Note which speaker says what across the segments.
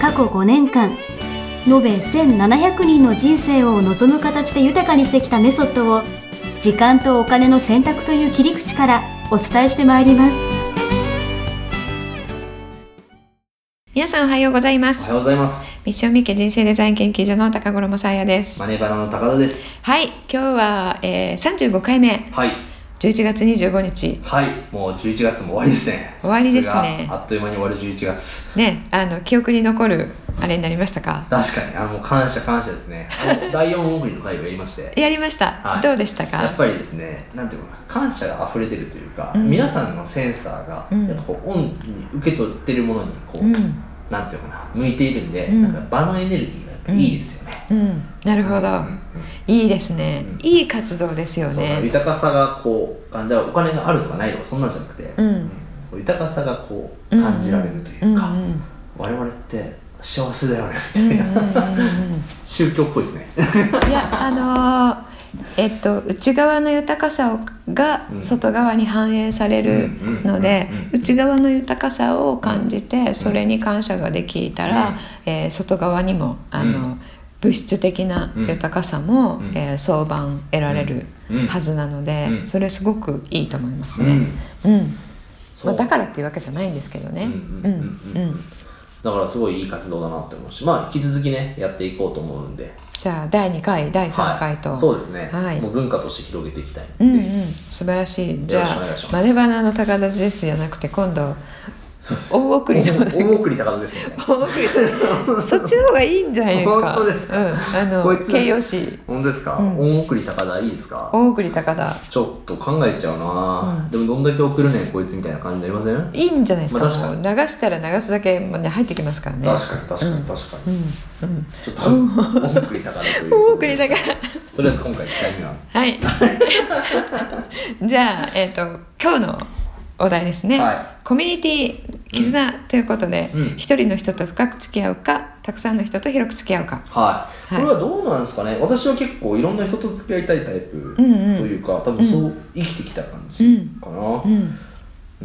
Speaker 1: 過去5年間延べ1700人の人生を望む形で豊かにしてきたメソッドを時間とお金の選択という切り口からお伝えしてまいります
Speaker 2: 皆さんおはようございま
Speaker 3: おは
Speaker 2: す
Speaker 3: よう。ございます。
Speaker 2: ミッションミッケ人生デザイン研究所の高頃もさやです。
Speaker 3: マネバナの高田です。
Speaker 2: はい、今日は、えー、35回目、
Speaker 3: はい。
Speaker 2: 11月25日。
Speaker 3: はい。もう11月も終わりですね。
Speaker 2: 終わりですね
Speaker 3: さすがあっという間に終わる11月。
Speaker 2: ね、あの、記憶に残る、あれになりましたか
Speaker 3: 確かに、あの、もう感謝感謝ですね。あの、第4大振りの会をやりまして。
Speaker 2: やりました。
Speaker 3: はい
Speaker 2: どうでしたか
Speaker 3: やっぱりですね、なんていうのかな、感謝が溢れてるというか、
Speaker 2: うん
Speaker 3: 皆さんのセンサーが、
Speaker 2: うん
Speaker 3: やっぱこう、オンに受け取ってるものに、こう、
Speaker 2: うん、
Speaker 3: なんていうのかな、向いているんで、
Speaker 2: うん
Speaker 3: なんか場のエネルギーがやっぱいいですよね。
Speaker 2: うん、なるほ
Speaker 3: う
Speaker 2: ど
Speaker 3: ん。うん
Speaker 2: いいですね
Speaker 3: うん。
Speaker 2: いい活動ですよ
Speaker 3: そうだ
Speaker 2: ね。
Speaker 3: 豊かさがこうあだからお金があるとかないとかそんなんじゃなくて、
Speaker 2: うん
Speaker 3: うん豊かさがこう感じられるというか、
Speaker 2: うんうん
Speaker 3: 我々って幸せだよね
Speaker 2: う
Speaker 3: み
Speaker 2: んう
Speaker 3: た
Speaker 2: ん
Speaker 3: い
Speaker 2: うんう
Speaker 3: な、
Speaker 2: んうん
Speaker 3: 宗教っぽいですね
Speaker 2: いやあのーえっと内側の豊かさをが
Speaker 3: うん
Speaker 2: 外側に反映されるので
Speaker 3: うんうんうんうん
Speaker 2: 内側の豊かさを感じてそれに感謝ができたら、
Speaker 3: うん
Speaker 2: えー外側にもあの、
Speaker 3: う
Speaker 2: 物質的な豊かさも、
Speaker 3: うん
Speaker 2: えー相伴得られる
Speaker 3: うん
Speaker 2: はずなので、
Speaker 3: うん
Speaker 2: それすごくいいと思いますね。うんまあ、だからっていうわけじゃないんですけどね。
Speaker 3: ね
Speaker 2: うんうん
Speaker 3: だからすごいいい活動だなって思うしまあ引き続きねやっていこうと思うんで
Speaker 2: じゃあ第2回第3回と、
Speaker 3: はいそうですね、
Speaker 2: はい
Speaker 3: もう文化として広げていきたいんで、
Speaker 2: うんう
Speaker 3: ぜひ
Speaker 2: ん、素晴らしい。じゃ
Speaker 3: よろしくお願い
Speaker 2: あ、
Speaker 3: します
Speaker 2: マネバナの高田ですじゃなくて、今度、
Speaker 3: そうです
Speaker 2: 大送りの
Speaker 3: 大送り高田ですね
Speaker 2: 大送りとそっちの方がいいんじゃないですか。
Speaker 3: 本当ですか
Speaker 2: うん、あ
Speaker 3: こい
Speaker 2: の、
Speaker 3: つ
Speaker 2: 形容詞、
Speaker 3: 本当ですか、
Speaker 2: うん
Speaker 3: 大送り高田いいですか
Speaker 2: 大送り高田、
Speaker 3: ちょっと考えちゃうな、
Speaker 2: うん
Speaker 3: でもどんだけ送るねんこいつみたいな感じになりません、
Speaker 2: いいんじゃないですか。
Speaker 3: まあ確か
Speaker 2: もう流したら流すだけ、まで入ってきますからね。
Speaker 3: 確かに確か
Speaker 2: うん
Speaker 3: に確か
Speaker 2: う
Speaker 3: に、
Speaker 2: ん、うん。
Speaker 3: ちょっと大送り高田ということ
Speaker 2: 大
Speaker 3: で
Speaker 2: 送り高田。
Speaker 3: とりあえず今回1回目は
Speaker 2: はい。 じゃあ、えっ、と、今日のお題ですね。
Speaker 3: は
Speaker 2: コミュニティ絆ということで、
Speaker 3: うん
Speaker 2: 一人の人と深く付き合うか、たくさんの人と広く付き合うか。
Speaker 3: はい、
Speaker 2: はい
Speaker 3: これはどうなんですかね私は結構いろんな人と付き合いたいタイプ
Speaker 2: う
Speaker 3: と
Speaker 2: んうん
Speaker 3: いうか、多分そう生きてきた感じかな、う
Speaker 2: う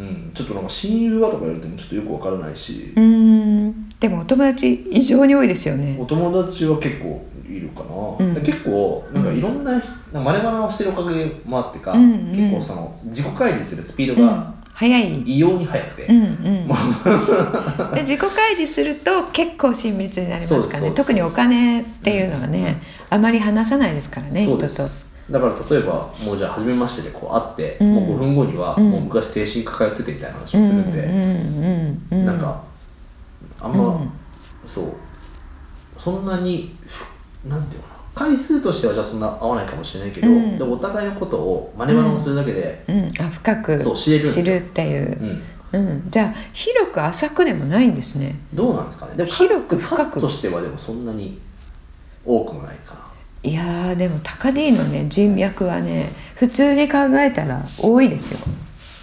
Speaker 2: んん。
Speaker 3: ちょっとなんか親友はとか言われてもちょっとよくわからないし
Speaker 2: う、ーん。でもお友達異常に多いですよね
Speaker 3: お。友達は結構いるかな、
Speaker 2: うん
Speaker 3: で結構なんかいろんな人、マネマナをしてるおかげもあってか、
Speaker 2: うんうん
Speaker 3: 結構その自己開示するスピー
Speaker 2: う
Speaker 3: ド
Speaker 2: ん
Speaker 3: が。
Speaker 2: 早い。うん
Speaker 3: 異様に速くて、
Speaker 2: うん。 で自己開示すると結構親密になりますから
Speaker 3: そう
Speaker 2: ね。
Speaker 3: そう
Speaker 2: 特にお金っていうのはね、あまり話さないですからね、
Speaker 3: そう
Speaker 2: 人
Speaker 3: で
Speaker 2: と。
Speaker 3: すだから例えばもうじゃあ初めましてでこう会って、
Speaker 2: うん
Speaker 3: もう5分後には
Speaker 2: うん
Speaker 3: もう昔精神科通っててみたいな話
Speaker 2: うん
Speaker 3: を
Speaker 2: う
Speaker 3: す
Speaker 2: ん
Speaker 3: るんで、
Speaker 2: うんうん。
Speaker 3: なんかあんま、
Speaker 2: うん
Speaker 3: そうそんなにふなんていうのかな回数としてはじゃあそんな合わないかもしれないけど、
Speaker 2: うん
Speaker 3: でお互いのことを真似真似をするだけで、
Speaker 2: うん、あ深く
Speaker 3: そう知れるんです
Speaker 2: 知
Speaker 3: よ
Speaker 2: るってい
Speaker 3: うん
Speaker 2: う、うん、じゃあ広く浅くでもないんですね
Speaker 3: どうなんですかねでも
Speaker 2: 広く
Speaker 3: 数
Speaker 2: 深く
Speaker 3: 数としてはでもそんなに多くもないかない
Speaker 2: やーでも高 D のね人脈はね普通に考えたら多いですよ、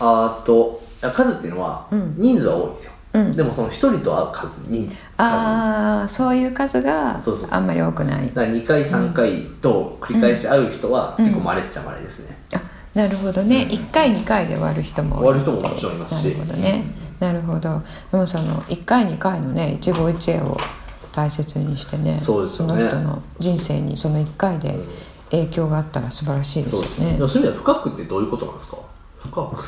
Speaker 3: あーっといや数っていうのは
Speaker 2: うん
Speaker 3: 人数は多いんですよ、
Speaker 2: うん、
Speaker 3: でもその1人と会う数に
Speaker 2: ああそういう数が
Speaker 3: そうそうそう
Speaker 2: あんまり多くない
Speaker 3: だから2回3回と繰り返し会う人は
Speaker 2: うん
Speaker 3: 結構まれっちゃまれですね、
Speaker 2: あなるほどね、
Speaker 3: うん
Speaker 2: 一1回2回で終わる人も多いって
Speaker 3: 終わる人ももちろんい
Speaker 2: なる
Speaker 3: ますし
Speaker 2: ほどね、なるほどでもその1回2回のね一期一会を大切にしてね
Speaker 3: そうですよね
Speaker 2: の人の人生にその1回で影響があったら素晴らしいです
Speaker 3: そう
Speaker 2: よ
Speaker 3: です
Speaker 2: ね
Speaker 3: ねでもそういう意味では深くってどういうことなんですか深く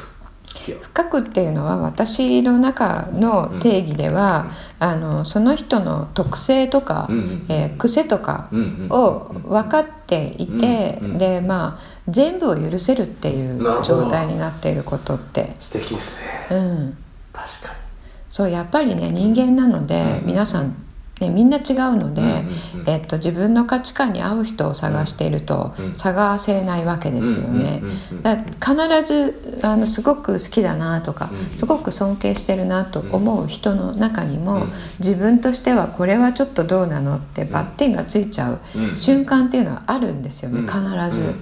Speaker 3: 付き合う
Speaker 2: 深くっていうのは私の中の定義では、あのその人の特性とか、
Speaker 3: うんうん
Speaker 2: えー癖とか
Speaker 3: うんうん
Speaker 2: を分かっていて、
Speaker 3: うんうん
Speaker 2: でまあ全部を許せるっていう
Speaker 3: なるほど
Speaker 2: 状態になっていることって、
Speaker 3: 素敵ですね
Speaker 2: うん、
Speaker 3: 確か
Speaker 2: そうやっぱりね人間なので、
Speaker 3: うん
Speaker 2: 皆さんね、みんな違うので、
Speaker 3: うんうんうん
Speaker 2: えっと、自分の価値観に合う人を探していると
Speaker 3: うん
Speaker 2: 探せないわけですよね
Speaker 3: うんうんうんうん。
Speaker 2: だから必ずあのすごく好きだなとか
Speaker 3: うん
Speaker 2: すごく尊敬してるなと思う人の中に
Speaker 3: う
Speaker 2: も
Speaker 3: ん
Speaker 2: 自分としてはこれはちょっとどうなのってバッテンがついちゃ
Speaker 3: う
Speaker 2: うん瞬間っていうのはあるんですよね必ず。
Speaker 3: うんうん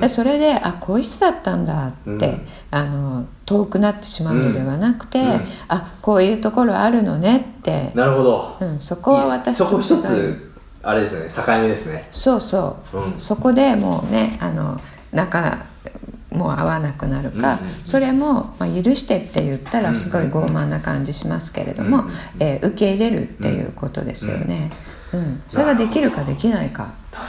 Speaker 2: でそれであこういう人だったんだって、
Speaker 3: うん
Speaker 2: あの遠くなってしまうのではなくて、
Speaker 3: うんうん
Speaker 2: あこういうところあるのねって、
Speaker 3: なるほど
Speaker 2: うん、そこは私
Speaker 3: そ
Speaker 2: と
Speaker 3: こ
Speaker 2: 違う
Speaker 3: 一つあれですよね境目ですね
Speaker 2: そうそう、
Speaker 3: うん
Speaker 2: そこでもうねあの仲もう合わなくなるか、
Speaker 3: うんうんうん
Speaker 2: それも、まあ、許してって言った
Speaker 3: う
Speaker 2: ら
Speaker 3: んうんうん
Speaker 2: すごい傲慢な感じしますけれども、
Speaker 3: うんうんうん
Speaker 2: えー受け入れるっていうことですよね、うんそれができるかできないか
Speaker 3: 確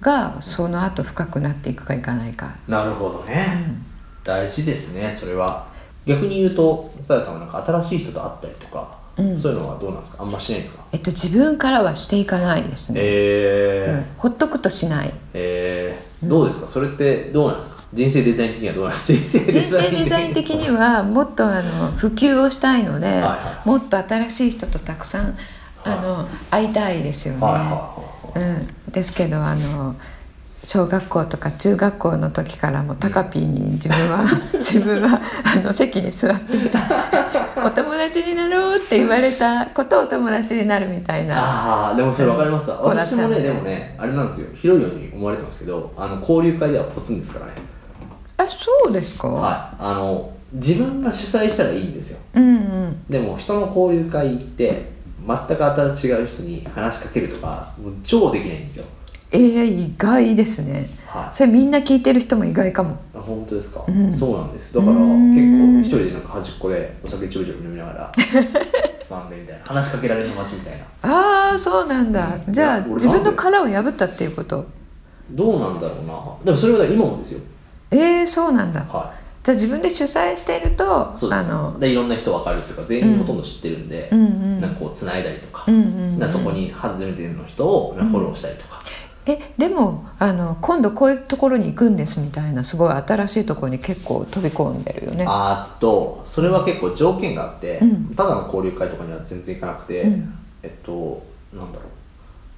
Speaker 3: か
Speaker 2: がその後深くなっていくかいかないか。
Speaker 3: になるほど
Speaker 2: う
Speaker 3: ね、
Speaker 2: ん
Speaker 3: 大事ですねそれは逆に言うとさやさんはなんか新しい人と会ったりとか、
Speaker 2: うん
Speaker 3: そういうのはどうなんですかあんましないんですか
Speaker 2: えっと、自分からはしていかないですね、
Speaker 3: え
Speaker 2: う
Speaker 3: ー
Speaker 2: ん、ほっとくとしない
Speaker 3: えー、どうですかそれってどうなんですか人生デザイン的にはどうなんですか人
Speaker 2: 人
Speaker 3: 生
Speaker 2: 生デザイン的にはもっとあの普及をしたいので、
Speaker 3: はい
Speaker 2: もっと新しい人とたくさんあの、会いたいですよね、
Speaker 3: はいはいはいはい
Speaker 2: うん、ですけどあの小学校とか中学校の時からもタカピーに自分は 自分はあの席に座って いたお友達になろうって言われたことをお友達になるみたいな
Speaker 3: ああでもそれ分かりますわ、
Speaker 2: こうだった
Speaker 3: 私もね
Speaker 2: みた
Speaker 3: で
Speaker 2: い
Speaker 3: もねあれなんですよ広いように思われてますけどあの交流会ではポツンですからね
Speaker 2: あそうですか、
Speaker 3: はいあの自分が主催したらいいんですよ
Speaker 2: うんうん
Speaker 3: でも人の交流会行って全く新しい違う人に話しかけるとかもう超できないんですよ
Speaker 2: えー、意外ですね
Speaker 3: は
Speaker 2: それみんな聞いてる人も意外かも
Speaker 3: い本当ですか、
Speaker 2: うん
Speaker 3: そうなんですだから
Speaker 2: う
Speaker 3: 結
Speaker 2: ーん
Speaker 3: 構一人でなんか端っこでお酒ちょびちょび飲みな がらつまんでみたいな話しかけられる街みたいな
Speaker 2: ああそうなんだ、
Speaker 3: うん
Speaker 2: じゃあ
Speaker 3: いや俺
Speaker 2: 自分の殻を破ったっていうこと
Speaker 3: どうなんだろうなでもそれは今もですよ
Speaker 2: えー、そうなんだ
Speaker 3: は
Speaker 2: じゃあ自分で主催していると
Speaker 3: いそうです
Speaker 2: あの
Speaker 3: でいろんな人分かるっていうか全員ほとんど知ってるんで、
Speaker 2: うんうん
Speaker 3: なんかこう繋いだりとか,、
Speaker 2: うんうんうん
Speaker 3: そこに初めての人をフォローしたりとか、
Speaker 2: えでもあの今度こういうところに行くんですみたいなすごい新しいところに結構飛び込んでるよね
Speaker 3: あーっとそれは結構条件があって、
Speaker 2: うん
Speaker 3: ただの交流会とかには全然行かなくて、
Speaker 2: うん
Speaker 3: えっとなんだろう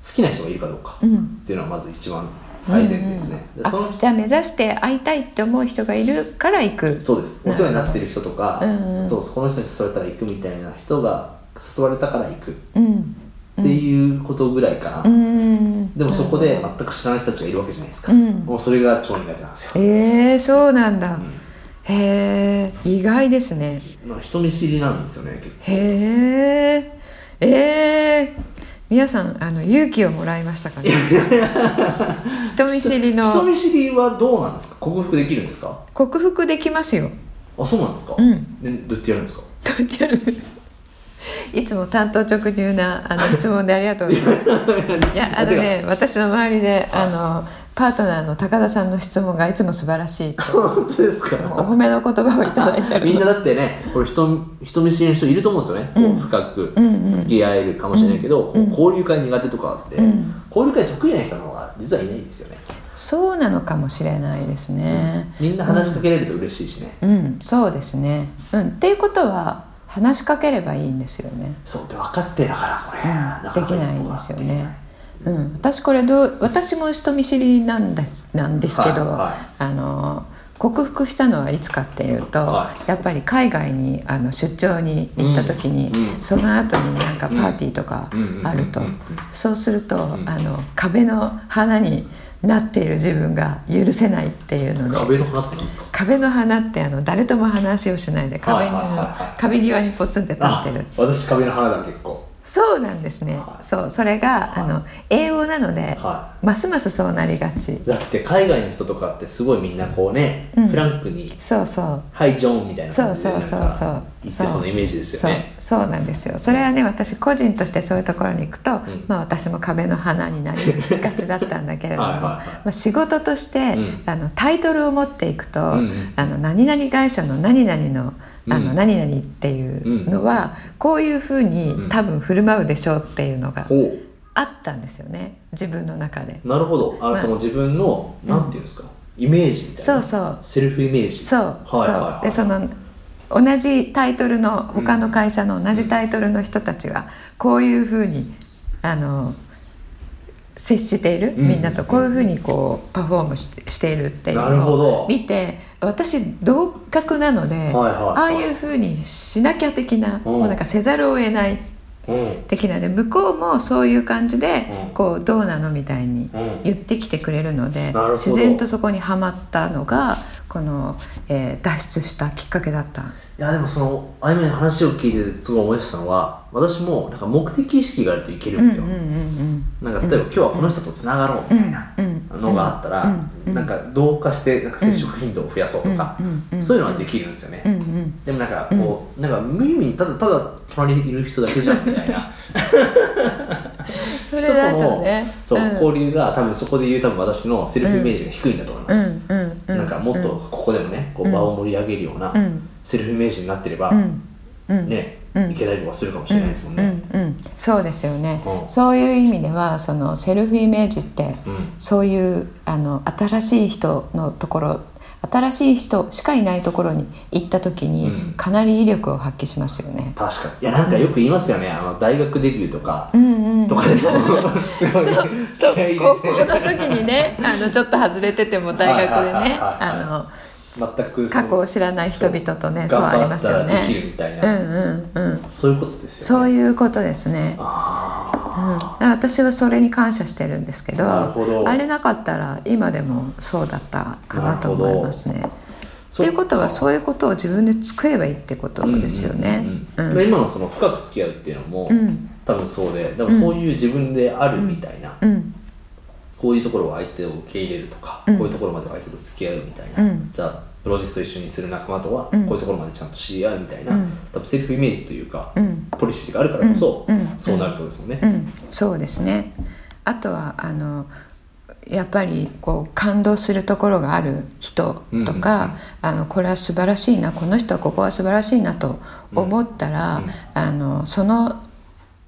Speaker 3: 好きな人がいるかどうか
Speaker 2: う
Speaker 3: っ
Speaker 2: ん
Speaker 3: ていうのはまず一番最前提ですね、
Speaker 2: うんうん
Speaker 3: でその
Speaker 2: あじゃあ目指して会いたいって思う人がいるから行く
Speaker 3: そうですお世話になってる人とか、
Speaker 2: うんうん
Speaker 3: そうそうこの人に誘われたら行くみたいな人が誘われたから行くっ
Speaker 2: うん
Speaker 3: ていうことぐらいかな、
Speaker 2: うんうん
Speaker 3: でもそこで全く知らない人たちがいるわけじゃないですか、
Speaker 2: うん
Speaker 3: もうそれが超苦手なんですよ、
Speaker 2: えー、そうなんだ、
Speaker 3: うん
Speaker 2: へえ意外ですね
Speaker 3: まあ、人見知りなんですよね結構
Speaker 2: へええー、皆さんあの勇気をもらいました かね人見知り
Speaker 3: 人
Speaker 2: の
Speaker 3: 見知りはどうなんですか克服できるんですか
Speaker 2: 克服できますよ
Speaker 3: あそうなんですか、
Speaker 2: うん
Speaker 3: でどうやってやるんですか
Speaker 2: どうやってやる いつも担当直入なあの質問でありがとうございます いやあのね私の周りであのパートナーの高田さんの質問がいつも素晴らしいって
Speaker 3: 本当です
Speaker 2: お
Speaker 3: か
Speaker 2: 褒めの言葉をいただいてる
Speaker 3: みんなだってねこれ人人見知りの人いると思うんですよね、
Speaker 2: うん
Speaker 3: こう深く
Speaker 2: うんうん
Speaker 3: 付き合えるかもしれないけど、
Speaker 2: うん
Speaker 3: こう交流会苦手とかあって、
Speaker 2: うん
Speaker 3: 交流会得意な人の方が実はいないんですよね、
Speaker 2: そうなのかもしれないですね、
Speaker 3: みんな話しかけられると嬉しいしね、
Speaker 2: うん、そうですね。うん、っていうことは話しかければいいんですよね。
Speaker 3: そうって分かってだからこれ、なか
Speaker 2: で
Speaker 3: な
Speaker 2: き
Speaker 3: か一
Speaker 2: ない
Speaker 3: 歩
Speaker 2: ん
Speaker 3: が
Speaker 2: ですよね。うん、私これどう私も人見知りなんですなんですけど、
Speaker 3: はいはい
Speaker 2: あの克服したのはいつかっていうと、
Speaker 3: は
Speaker 2: やっぱり海外にあの出張に行った時に、
Speaker 3: うんうん
Speaker 2: その後になんかパーティーとか
Speaker 3: うん
Speaker 2: あると、
Speaker 3: うんうんうん
Speaker 2: そうすると、
Speaker 3: ん
Speaker 2: あの壁の花になっている自分が許せないっていうので
Speaker 3: 壁の花ってなんですか
Speaker 2: 壁の花ってあの誰とも話をしないで壁に、
Speaker 3: はいはいはいはい
Speaker 2: 壁際にポツンって立ってる
Speaker 3: あ私壁の花だ結構
Speaker 2: そうなんですね、
Speaker 3: はい
Speaker 2: そうそれが、あの英語なので、
Speaker 3: は
Speaker 2: ますますそうなりがち
Speaker 3: だって海外の人とかってすごいみんなこうね、
Speaker 2: うん
Speaker 3: フランクに
Speaker 2: そうそう
Speaker 3: 「はいジョン」みたいな
Speaker 2: そ
Speaker 3: 感
Speaker 2: う
Speaker 3: じで
Speaker 2: そ
Speaker 3: なん
Speaker 2: うそうそう
Speaker 3: か言ってそうなイメージです
Speaker 2: そ
Speaker 3: よ
Speaker 2: う
Speaker 3: ね
Speaker 2: そうなんですよそれはね私個人としてそういうところに行くと、
Speaker 3: ん
Speaker 2: まあ、私も壁の花になりがちだったんだけれども
Speaker 3: はいはいはい
Speaker 2: まあ、仕事として、
Speaker 3: うん
Speaker 2: あのタイトルを持っていくと、
Speaker 3: うんうん
Speaker 2: あの何々会社の何々のあの
Speaker 3: うん
Speaker 2: 何々っていうのは、こういうふう
Speaker 3: うん
Speaker 2: に多分振る舞うでしょうっていうのが
Speaker 3: ほ
Speaker 2: あったんですよね自分の中で。
Speaker 3: うなるほどあ、
Speaker 2: まあ
Speaker 3: その自分のなんていうんですか、イメージみたい
Speaker 2: そ
Speaker 3: な
Speaker 2: うそう
Speaker 3: セルフイメージ
Speaker 2: そう、
Speaker 3: はいはいはい
Speaker 2: そうでその同じタイトルの他の会社の同じタイトルの人たちがこういうふうにあの接している
Speaker 3: うん
Speaker 2: みんなとこういうふうにこうパフォームししているっていう
Speaker 3: なるほ
Speaker 2: の
Speaker 3: ど
Speaker 2: を見て私同格なので、
Speaker 3: はいはいはい
Speaker 2: ああいうふうにしなきゃ的な、
Speaker 3: うん
Speaker 2: もうなんかせざるを得ない
Speaker 3: うん
Speaker 2: 的なで向こうもそういう感じで、
Speaker 3: うん
Speaker 2: こうどうなのみたいに
Speaker 3: うん
Speaker 2: 言ってきてくれるので、
Speaker 3: なるほど
Speaker 2: 自然とそこにはまったのがこの、えー脱出したきっかけだった。
Speaker 3: いやでもそのあいみょんの話を聞いてすごい思い出したのは私もなんか目的意識があるといけるんですよ、
Speaker 2: うんうん
Speaker 3: なんか例えば今日はこの人とつながろうみ
Speaker 2: うんうん
Speaker 3: たいな
Speaker 2: うんうん
Speaker 3: のがあったら、
Speaker 2: うん
Speaker 3: なんか同化してなんか接触頻度を増やそうとか、
Speaker 2: うん
Speaker 3: そういうのはできるんですよね、
Speaker 2: うんうん
Speaker 3: でもなんかこう、なんか無意味にただただ隣にいる人だけじゃんみた いな
Speaker 2: そ
Speaker 3: 人
Speaker 2: れだ
Speaker 3: と
Speaker 2: と
Speaker 3: の、
Speaker 2: ね
Speaker 3: そう、
Speaker 2: ん
Speaker 3: 交流が多分そこで言う多分私のセルフイメージが低いんだと思いま
Speaker 2: う
Speaker 3: す、
Speaker 2: んうんうん
Speaker 3: なんかもっとここでもねこう場を盛り上げるような
Speaker 2: うん
Speaker 3: セルフイメージになってれば、
Speaker 2: うんうん
Speaker 3: ね、
Speaker 2: うん
Speaker 3: いけたりとかするかもし
Speaker 2: うん
Speaker 3: れないですもんね
Speaker 2: うんうんそうですよね、
Speaker 3: うん
Speaker 2: そういう意味ではそのセルフイメージって
Speaker 3: うん、
Speaker 2: そういうあの新しい人のところ新しい人しかいないところに行った時に、
Speaker 3: うん
Speaker 2: かなり威力を発揮しますよね。
Speaker 3: 確かにいやなんかよく言いますよねあの大学デビューとか、
Speaker 2: うんうん
Speaker 3: と、かでもすごい
Speaker 2: そう
Speaker 3: 気合い
Speaker 2: 高
Speaker 3: 入
Speaker 2: 校
Speaker 3: れ
Speaker 2: の時に ねあのちょっと外れてても大学で
Speaker 3: はいはいはい
Speaker 2: ね
Speaker 3: はい
Speaker 2: あ
Speaker 3: て全く
Speaker 2: の過去を
Speaker 3: し
Speaker 2: 知らない人々とねそうありますよ
Speaker 3: 頑張ったらでき
Speaker 2: ね。
Speaker 3: るみたい
Speaker 2: うん
Speaker 3: な、
Speaker 2: うんうん
Speaker 3: そういうことですよね
Speaker 2: そう
Speaker 3: う
Speaker 2: いうことですね。う
Speaker 3: あ
Speaker 2: ん、私はそれに感謝してるんですけど
Speaker 3: なるほど
Speaker 2: あれなかったら今でもそうだったかなと思いますね。
Speaker 3: あ
Speaker 2: ということはそういうことを自分で作ればいいってことですよね。
Speaker 3: うんうんうん
Speaker 2: う
Speaker 3: で
Speaker 2: ん
Speaker 3: 今のその深く付き合うっていうのも、
Speaker 2: うん
Speaker 3: 多分そうででもそういう自分であるみたいな、
Speaker 2: うん
Speaker 3: こういうところは相手を受け入れるとか、
Speaker 2: うん
Speaker 3: こういうところまでは相手と付き合うみたいな、
Speaker 2: うん
Speaker 3: じゃあプロジェクト一緒にする仲間とはこう
Speaker 2: うん
Speaker 3: いうところまでちゃんと知り合うみたいな、
Speaker 2: うん
Speaker 3: 多分セルフイメージというか、
Speaker 2: うん
Speaker 3: ポリシーがあるからこそ、
Speaker 2: うんうん
Speaker 3: そうなるってことですもんね、
Speaker 2: うん、そうですね。あとはあのやっぱりこう感動するところがある人とか、あのこれは素晴らしいなこの人はここは素晴らしいなと思ったら、
Speaker 3: うんうん
Speaker 2: あのその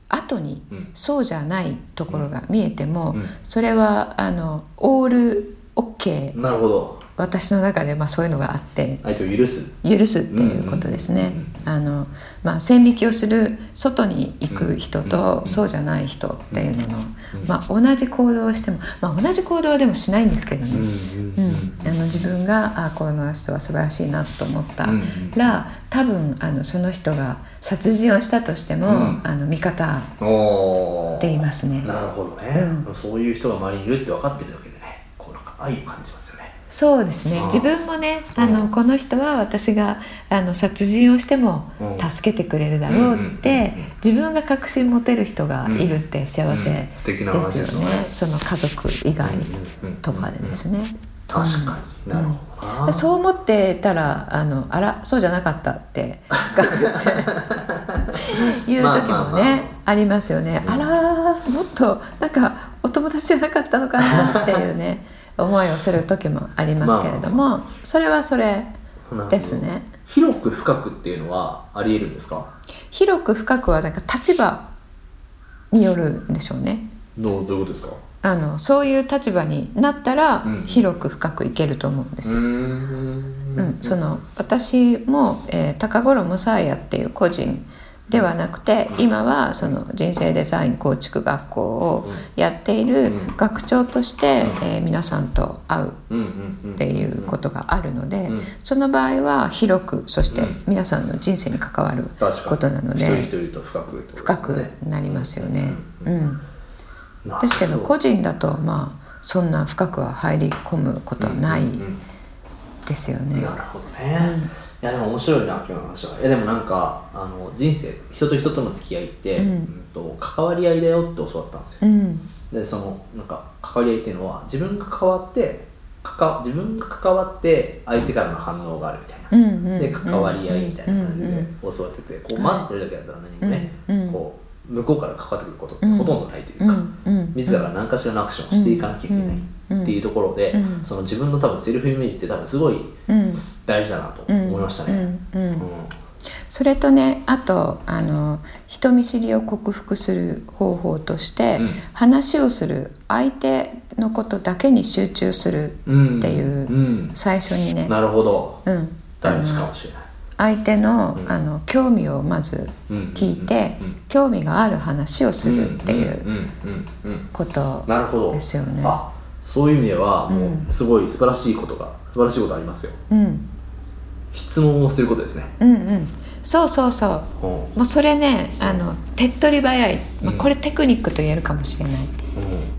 Speaker 2: 後に、
Speaker 3: うん
Speaker 2: そうじゃないところが見えても、
Speaker 3: うん
Speaker 2: それはあのオール OK、
Speaker 3: なるほど
Speaker 2: 私の中でまあそういうのがあって
Speaker 3: 相手を許す
Speaker 2: 許すっていうことですね。あのまあ線引きをする外に行く人
Speaker 3: う
Speaker 2: と
Speaker 3: ん
Speaker 2: そうじゃない人っていうのの
Speaker 3: うん
Speaker 2: まあ同じ行動をしてもまあ同じ行動はでもしないんですけどね。うんあの自分があこの人は素晴らしいなと思った
Speaker 3: うん
Speaker 2: ら多分あのその人が殺人をしたとしても、
Speaker 3: うん
Speaker 2: あの味方
Speaker 3: お
Speaker 2: でい
Speaker 3: ー
Speaker 2: ますね。
Speaker 3: なるほどね、
Speaker 2: う
Speaker 3: そういう人が周りにいるって分かってるだけでねこうなんか愛を感じますよね
Speaker 2: そうですね
Speaker 3: うん
Speaker 2: 自分もね
Speaker 3: うん
Speaker 2: あのこの人は私があの殺人をしても
Speaker 3: うん
Speaker 2: 助けてくれるだろうっ
Speaker 3: う
Speaker 2: て
Speaker 3: んうんうんうん
Speaker 2: 自分が確信持てる人がいるって幸せ
Speaker 3: うん素敵な話
Speaker 2: で
Speaker 3: ですす
Speaker 2: よ
Speaker 3: よね
Speaker 2: ねその家族以外
Speaker 3: うんうんうん
Speaker 2: とかでですね
Speaker 3: 確かになるほどな、
Speaker 2: そう思ってたらあのあらそうじゃなかったって ガクっていう
Speaker 3: まあ
Speaker 2: 時
Speaker 3: まあ
Speaker 2: も
Speaker 3: まあ
Speaker 2: ねありますよね
Speaker 3: うん
Speaker 2: あらもっとなんかお友達じゃなかったのかなっていう ね思いをする時もありますけれどもそれはそれ
Speaker 3: なるほど
Speaker 2: ですね
Speaker 3: 広く深くっていうのはありえるんですか
Speaker 2: 広く深くはなんか立場によるんでしょうね
Speaker 3: どうどういうことですか
Speaker 2: あのそういう立場になったら
Speaker 3: うん
Speaker 2: 広く深くいけると思うんですよ
Speaker 3: ん
Speaker 2: うん、その私も、えー高頃ムサーヤっていう個人ではなくて、
Speaker 3: うん
Speaker 2: 今はその人生デザイン構築学校をやっている
Speaker 3: うん
Speaker 2: 学長として、
Speaker 3: うん
Speaker 2: えー皆さんと会う
Speaker 3: うんうんうん
Speaker 2: っていうことがあるので、
Speaker 3: うん
Speaker 2: その場合は広くそして
Speaker 3: うん
Speaker 2: 皆さんの人生に関わる
Speaker 3: 確かに
Speaker 2: ことなので、
Speaker 3: 一人一人と深くってこと
Speaker 2: 深
Speaker 3: ですね
Speaker 2: くなりますよね。
Speaker 3: う
Speaker 2: うんん、
Speaker 3: なるほ
Speaker 2: ですけど個人だとまあそんな深くは入り込むことはない
Speaker 3: うんうん
Speaker 2: ですよ
Speaker 3: う
Speaker 2: ね
Speaker 3: ん。なるほどね、いやでも面白いな今日の話はいやでもなんかあの人生人と人との付き合いって、
Speaker 2: うん
Speaker 3: うんと関わり合いだよって教わったんですよ
Speaker 2: うん、
Speaker 3: でそのなんか関わり合いっていうのは自分が関わってかか自分が関わって相手からの反応があるみたいな、
Speaker 2: うんうんうん
Speaker 3: で関わり合いみたいな感じ
Speaker 2: うんう
Speaker 3: で
Speaker 2: ん
Speaker 3: 教わっててこう待ってるだけだったら何もね、
Speaker 2: うんうん
Speaker 3: こう向こうから関わってくることってほとんどないというか、
Speaker 2: うん
Speaker 3: 自ら何かしらのアクションをしていかなきゃいけないっていうところで、
Speaker 2: うん
Speaker 3: その自分の多分セルフイメージって多分すごい
Speaker 2: うん
Speaker 3: 大事だなと
Speaker 2: うん
Speaker 3: 思いましたね。
Speaker 2: うんうん
Speaker 3: うん
Speaker 2: それとねあとあの人見知りを克服する方法として、
Speaker 3: うん
Speaker 2: 話をする相手のことだけに集中する
Speaker 3: うん
Speaker 2: っていう
Speaker 3: うん
Speaker 2: 最初にね、
Speaker 3: なるほど
Speaker 2: うん、あ
Speaker 3: 大事か
Speaker 2: の
Speaker 3: もしれない。
Speaker 2: 相手の
Speaker 3: うん
Speaker 2: あの興味をまず聞いて興味がある話をするっていうこと
Speaker 3: なるほど
Speaker 2: ですよね。
Speaker 3: あそういう意味ではも
Speaker 2: う
Speaker 3: うすごい素晴らしいことが素晴らしいことありますよ
Speaker 2: うん
Speaker 3: 質問をすることですね
Speaker 2: うんうんそうそうそう
Speaker 3: うん
Speaker 2: もうそれねあの手っ取り早い、まあ
Speaker 3: うん
Speaker 2: これテクニックと言えるかもしれない、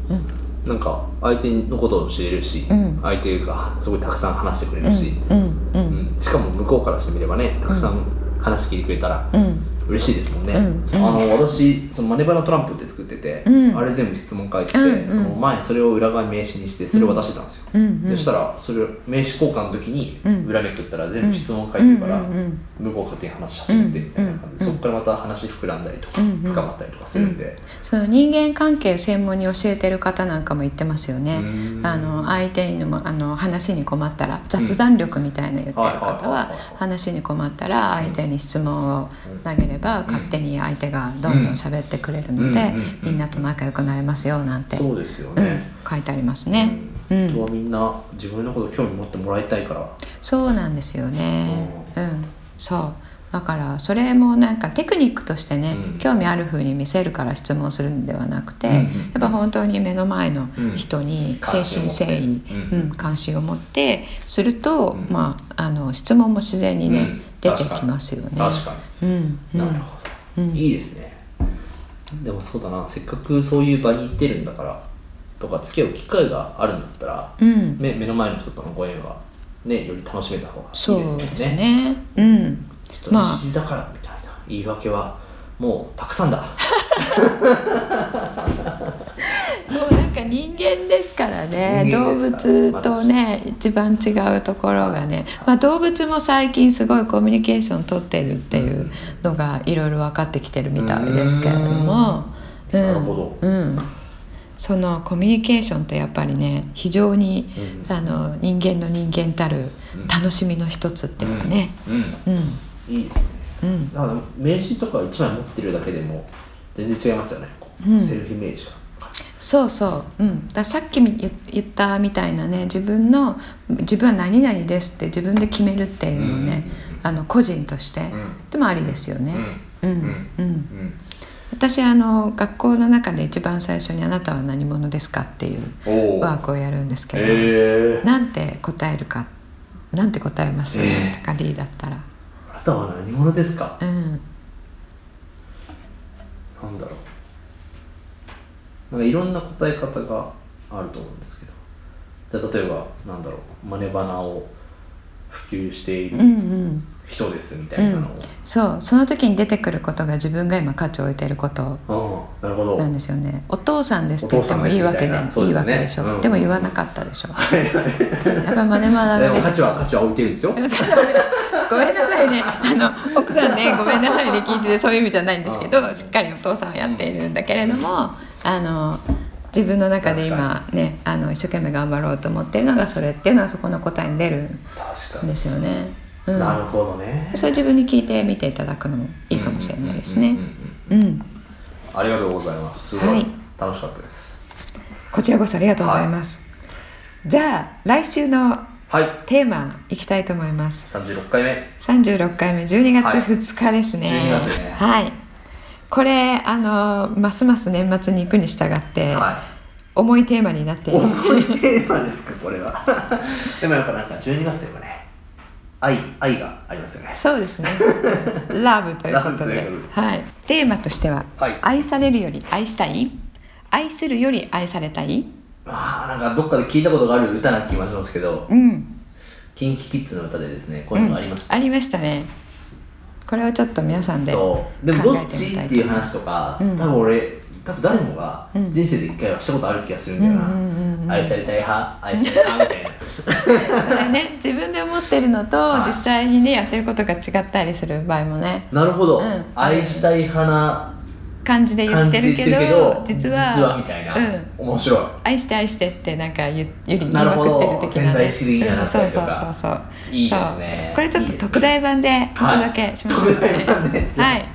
Speaker 2: うん
Speaker 3: なんか相手のことを知れるし
Speaker 2: うん
Speaker 3: 相手がすごいたくさん話してくれ
Speaker 2: う
Speaker 3: るし
Speaker 2: んうんう
Speaker 3: うんんしかも向こうからしてみればねたくさん話聞いてくれたら
Speaker 2: うん
Speaker 3: 嬉しいですもんね、
Speaker 2: うん
Speaker 3: あの私そのマネバナトランプって作ってて、
Speaker 2: うん
Speaker 3: あれ全部質問書いてて、
Speaker 2: うんうん
Speaker 3: その前それを裏側に名刺にしてそれを渡してたんですよ、
Speaker 2: うんうん
Speaker 3: そしたらそれを名刺交換の時に
Speaker 2: うん
Speaker 3: 裏めくったら全部質問書いてるから、
Speaker 2: うんうんうん
Speaker 3: 向こうが勝手に話し始めてみたいな感じで、
Speaker 2: うんうん
Speaker 3: そこからまた話膨らんだりとか、
Speaker 2: うんうん
Speaker 3: 深まったりとかするんで、
Speaker 2: その人間関係を専門に教えてる方なんかも言ってますよね、
Speaker 3: うん
Speaker 2: あの相手にもあの話に困ったら雑談力みたいな言ってる方
Speaker 3: うんはいはいはい
Speaker 2: は
Speaker 3: はい
Speaker 2: 話に困ったら相手に質問を投げれば勝手に相手がどんどん喋ってくれるの
Speaker 3: う
Speaker 2: で
Speaker 3: んうん
Speaker 2: みんなと仲良くなれますよなんて、
Speaker 3: そうですよ
Speaker 2: う
Speaker 3: ね
Speaker 2: ん、書いてありますね。う
Speaker 3: うん
Speaker 2: ん
Speaker 3: 人はみんな自分のこと興味持ってもらいたいから
Speaker 2: そうなんですよね。うん、そう。だからそれもなんかテクニックとしてね、
Speaker 3: うん
Speaker 2: 興味ある風に見せるから質問するんではなくて、
Speaker 3: うんうん
Speaker 2: やっぱ本当に目の前の人に誠
Speaker 3: 関心
Speaker 2: 心
Speaker 3: を持って
Speaker 2: 誠意、う
Speaker 3: うんん
Speaker 2: 関心を持ってすると、
Speaker 3: うん
Speaker 2: まああの質問も自然にね、
Speaker 3: うん
Speaker 2: 出てきますよね。
Speaker 3: 確かに
Speaker 2: うん、うん、
Speaker 3: なるほど、
Speaker 2: うん
Speaker 3: いいですねでもそうだなせっかくそういう場に行ってるんだからとか付き合う機会があるんだったら、
Speaker 2: うん、
Speaker 3: 目目の前の人とのご縁はねより楽しめた方が
Speaker 2: そ
Speaker 3: いうい
Speaker 2: で
Speaker 3: です
Speaker 2: す
Speaker 3: よね
Speaker 2: ね。うん、
Speaker 3: 人
Speaker 2: まあ
Speaker 3: 見知りだからみたいな、言い訳はもうたくさ んだ
Speaker 2: もうなんか人間ですからね
Speaker 3: 人
Speaker 2: 動
Speaker 3: 間です
Speaker 2: 物
Speaker 3: から
Speaker 2: とね一番違うところがね、まあ、動物も最近すごいコミュニケーション取ってるっていうのがいろいろ分かってきてるみたいですけれども、う
Speaker 3: うんんなるほ
Speaker 2: うん、そのコミュニケーションってやっぱりね非常に、
Speaker 3: うん
Speaker 2: あの人間の人間たる
Speaker 3: うん
Speaker 2: 楽しみの一つっていうかね。
Speaker 3: うん
Speaker 2: うん
Speaker 3: いいですね
Speaker 2: うん
Speaker 3: だから名刺とか1枚持ってるだけでも全然違いますよねこう
Speaker 2: うん
Speaker 3: セルフイメージが、
Speaker 2: そうそう、うん、ださっきみ言言ったみたいなね自分の自分は何々ですって自分で決めるっていうのをね、あの個人として、
Speaker 3: ん
Speaker 2: でもありですよね。うんうん
Speaker 3: うん
Speaker 2: 私あの学校の中で一番最初に「あなたは何者ですか?」っていう
Speaker 3: おお
Speaker 2: ワークをやるんですけど、
Speaker 3: えー、
Speaker 2: なんて答えるかなんて答えます、
Speaker 3: え
Speaker 2: と
Speaker 3: ー
Speaker 2: か D だったら。
Speaker 3: あなたは何者ですか
Speaker 2: うん
Speaker 3: なんだろうなんかいろんな答え方があると思うんですけどじゃあ例えばなんだろうマネバナを普及してい
Speaker 2: うんう
Speaker 3: る
Speaker 2: ん
Speaker 3: 人ですみたいなの
Speaker 2: そうその時に出てくることが自分が今価値を置いていること
Speaker 3: を、うん、なるほど
Speaker 2: なんですよね。お父さんですって言ってもいいわけで
Speaker 3: お父さんですみたいない
Speaker 2: いわけでし
Speaker 3: そうですねう
Speaker 2: ょ。
Speaker 3: ん
Speaker 2: でも言わなかったでしょ。やっぱマネマ
Speaker 3: で
Speaker 2: ネ
Speaker 3: も
Speaker 2: で
Speaker 3: 価値は価値は置いてるんですよ
Speaker 2: ごめんなさいね。あの奥さんねごめんなさいね聞いててそういう意味じゃないんですけ
Speaker 3: う
Speaker 2: ど、
Speaker 3: ん
Speaker 2: しっかりお父さんはやっているんだけれども、あの自分の中で今ねあの一生懸命頑張ろうと思ってるのがそれっていうのはそこの答えに出る
Speaker 3: 確か
Speaker 2: ん
Speaker 3: に、
Speaker 2: ですよね。うん。
Speaker 3: なるほどね
Speaker 2: それ自分に聞いてみていただくのもいいかもしれないですね
Speaker 3: うんうんうん。うん
Speaker 2: うん。
Speaker 3: ありがとうございますすごい、
Speaker 2: はい
Speaker 3: 楽しかったです
Speaker 2: こちらこそありがとうございます。じゃあ来週の
Speaker 3: はい
Speaker 2: テーマいきたいと思います
Speaker 3: 36回目
Speaker 2: 36回目12月
Speaker 3: はい
Speaker 2: 2日ですね、
Speaker 3: 12月ね
Speaker 2: はいこれあのますます年末に行くに従って、
Speaker 3: は
Speaker 2: 重いテーマになっている
Speaker 3: 重いテーマですかこれは でもやっぱなんか12月といえばね愛愛がありますよね
Speaker 2: そう ですねラブということで
Speaker 3: ラブということ
Speaker 2: はい、テーマとしては、
Speaker 3: はい
Speaker 2: 愛されるより愛したい愛するより愛されたい
Speaker 3: あーなんかどっかで聞いたことがある歌な気がしますけど
Speaker 2: うん
Speaker 3: キンキキッズの歌でですねこういうのがありました、
Speaker 2: ありましたねこれをちょっと皆さんで
Speaker 3: そうでも
Speaker 2: 考
Speaker 3: ど
Speaker 2: え
Speaker 3: って
Speaker 2: み
Speaker 3: ち
Speaker 2: たいと思います
Speaker 3: っていう話とか、
Speaker 2: うん
Speaker 3: 多分俺多分誰もが
Speaker 2: うん
Speaker 3: 人生で一回はしたことある気がするんだよな、
Speaker 2: うんうんうんうん
Speaker 3: 愛されたい派愛されたい派みたいな
Speaker 2: それね自分で思ってるのと、
Speaker 3: はい
Speaker 2: 実際にねやってることが違ったりする場合もね
Speaker 3: なるほど、
Speaker 2: うん
Speaker 3: 愛したい派な
Speaker 2: 感じで言
Speaker 3: 感
Speaker 2: って
Speaker 3: じで
Speaker 2: る
Speaker 3: 言
Speaker 2: け
Speaker 3: って
Speaker 2: ど
Speaker 3: るけど
Speaker 2: 実は
Speaker 3: みたいな、
Speaker 2: うん
Speaker 3: 面白い
Speaker 2: 愛して愛してってなんかゆゆり言い
Speaker 3: なる
Speaker 2: ま
Speaker 3: ほ
Speaker 2: く
Speaker 3: ど
Speaker 2: ってる的なね
Speaker 3: 潜在意識的
Speaker 2: う
Speaker 3: な
Speaker 2: ん
Speaker 3: 話
Speaker 2: そう
Speaker 3: と
Speaker 2: そう
Speaker 3: か
Speaker 2: そうそう
Speaker 3: いいですね
Speaker 2: そうこれちょっと
Speaker 3: いいですね
Speaker 2: 特大版でお届けしましょうか
Speaker 3: はい
Speaker 2: ね
Speaker 3: 特大版で
Speaker 2: はい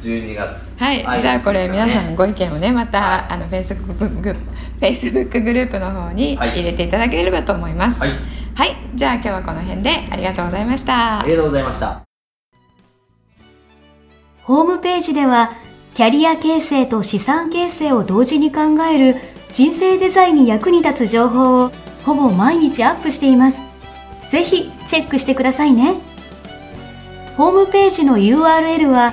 Speaker 3: 12月
Speaker 2: はい、
Speaker 3: 愛
Speaker 2: じゃあこれ皆さ
Speaker 3: で
Speaker 2: んご意見をねまた、
Speaker 3: はい
Speaker 2: あのフェイスブックフェイスブックグループの方に
Speaker 3: はい
Speaker 2: 入れていただければと思います
Speaker 3: はい
Speaker 2: はい、じゃあ今日はこの辺でありがとうございました
Speaker 3: すねありがとうございました
Speaker 1: ホームページではキャリア形成と資産形成を同時に考える人生デザインに役に立つ情報をほぼ毎日アップしています。ぜひチェックしてくださいね。ホームページの URL は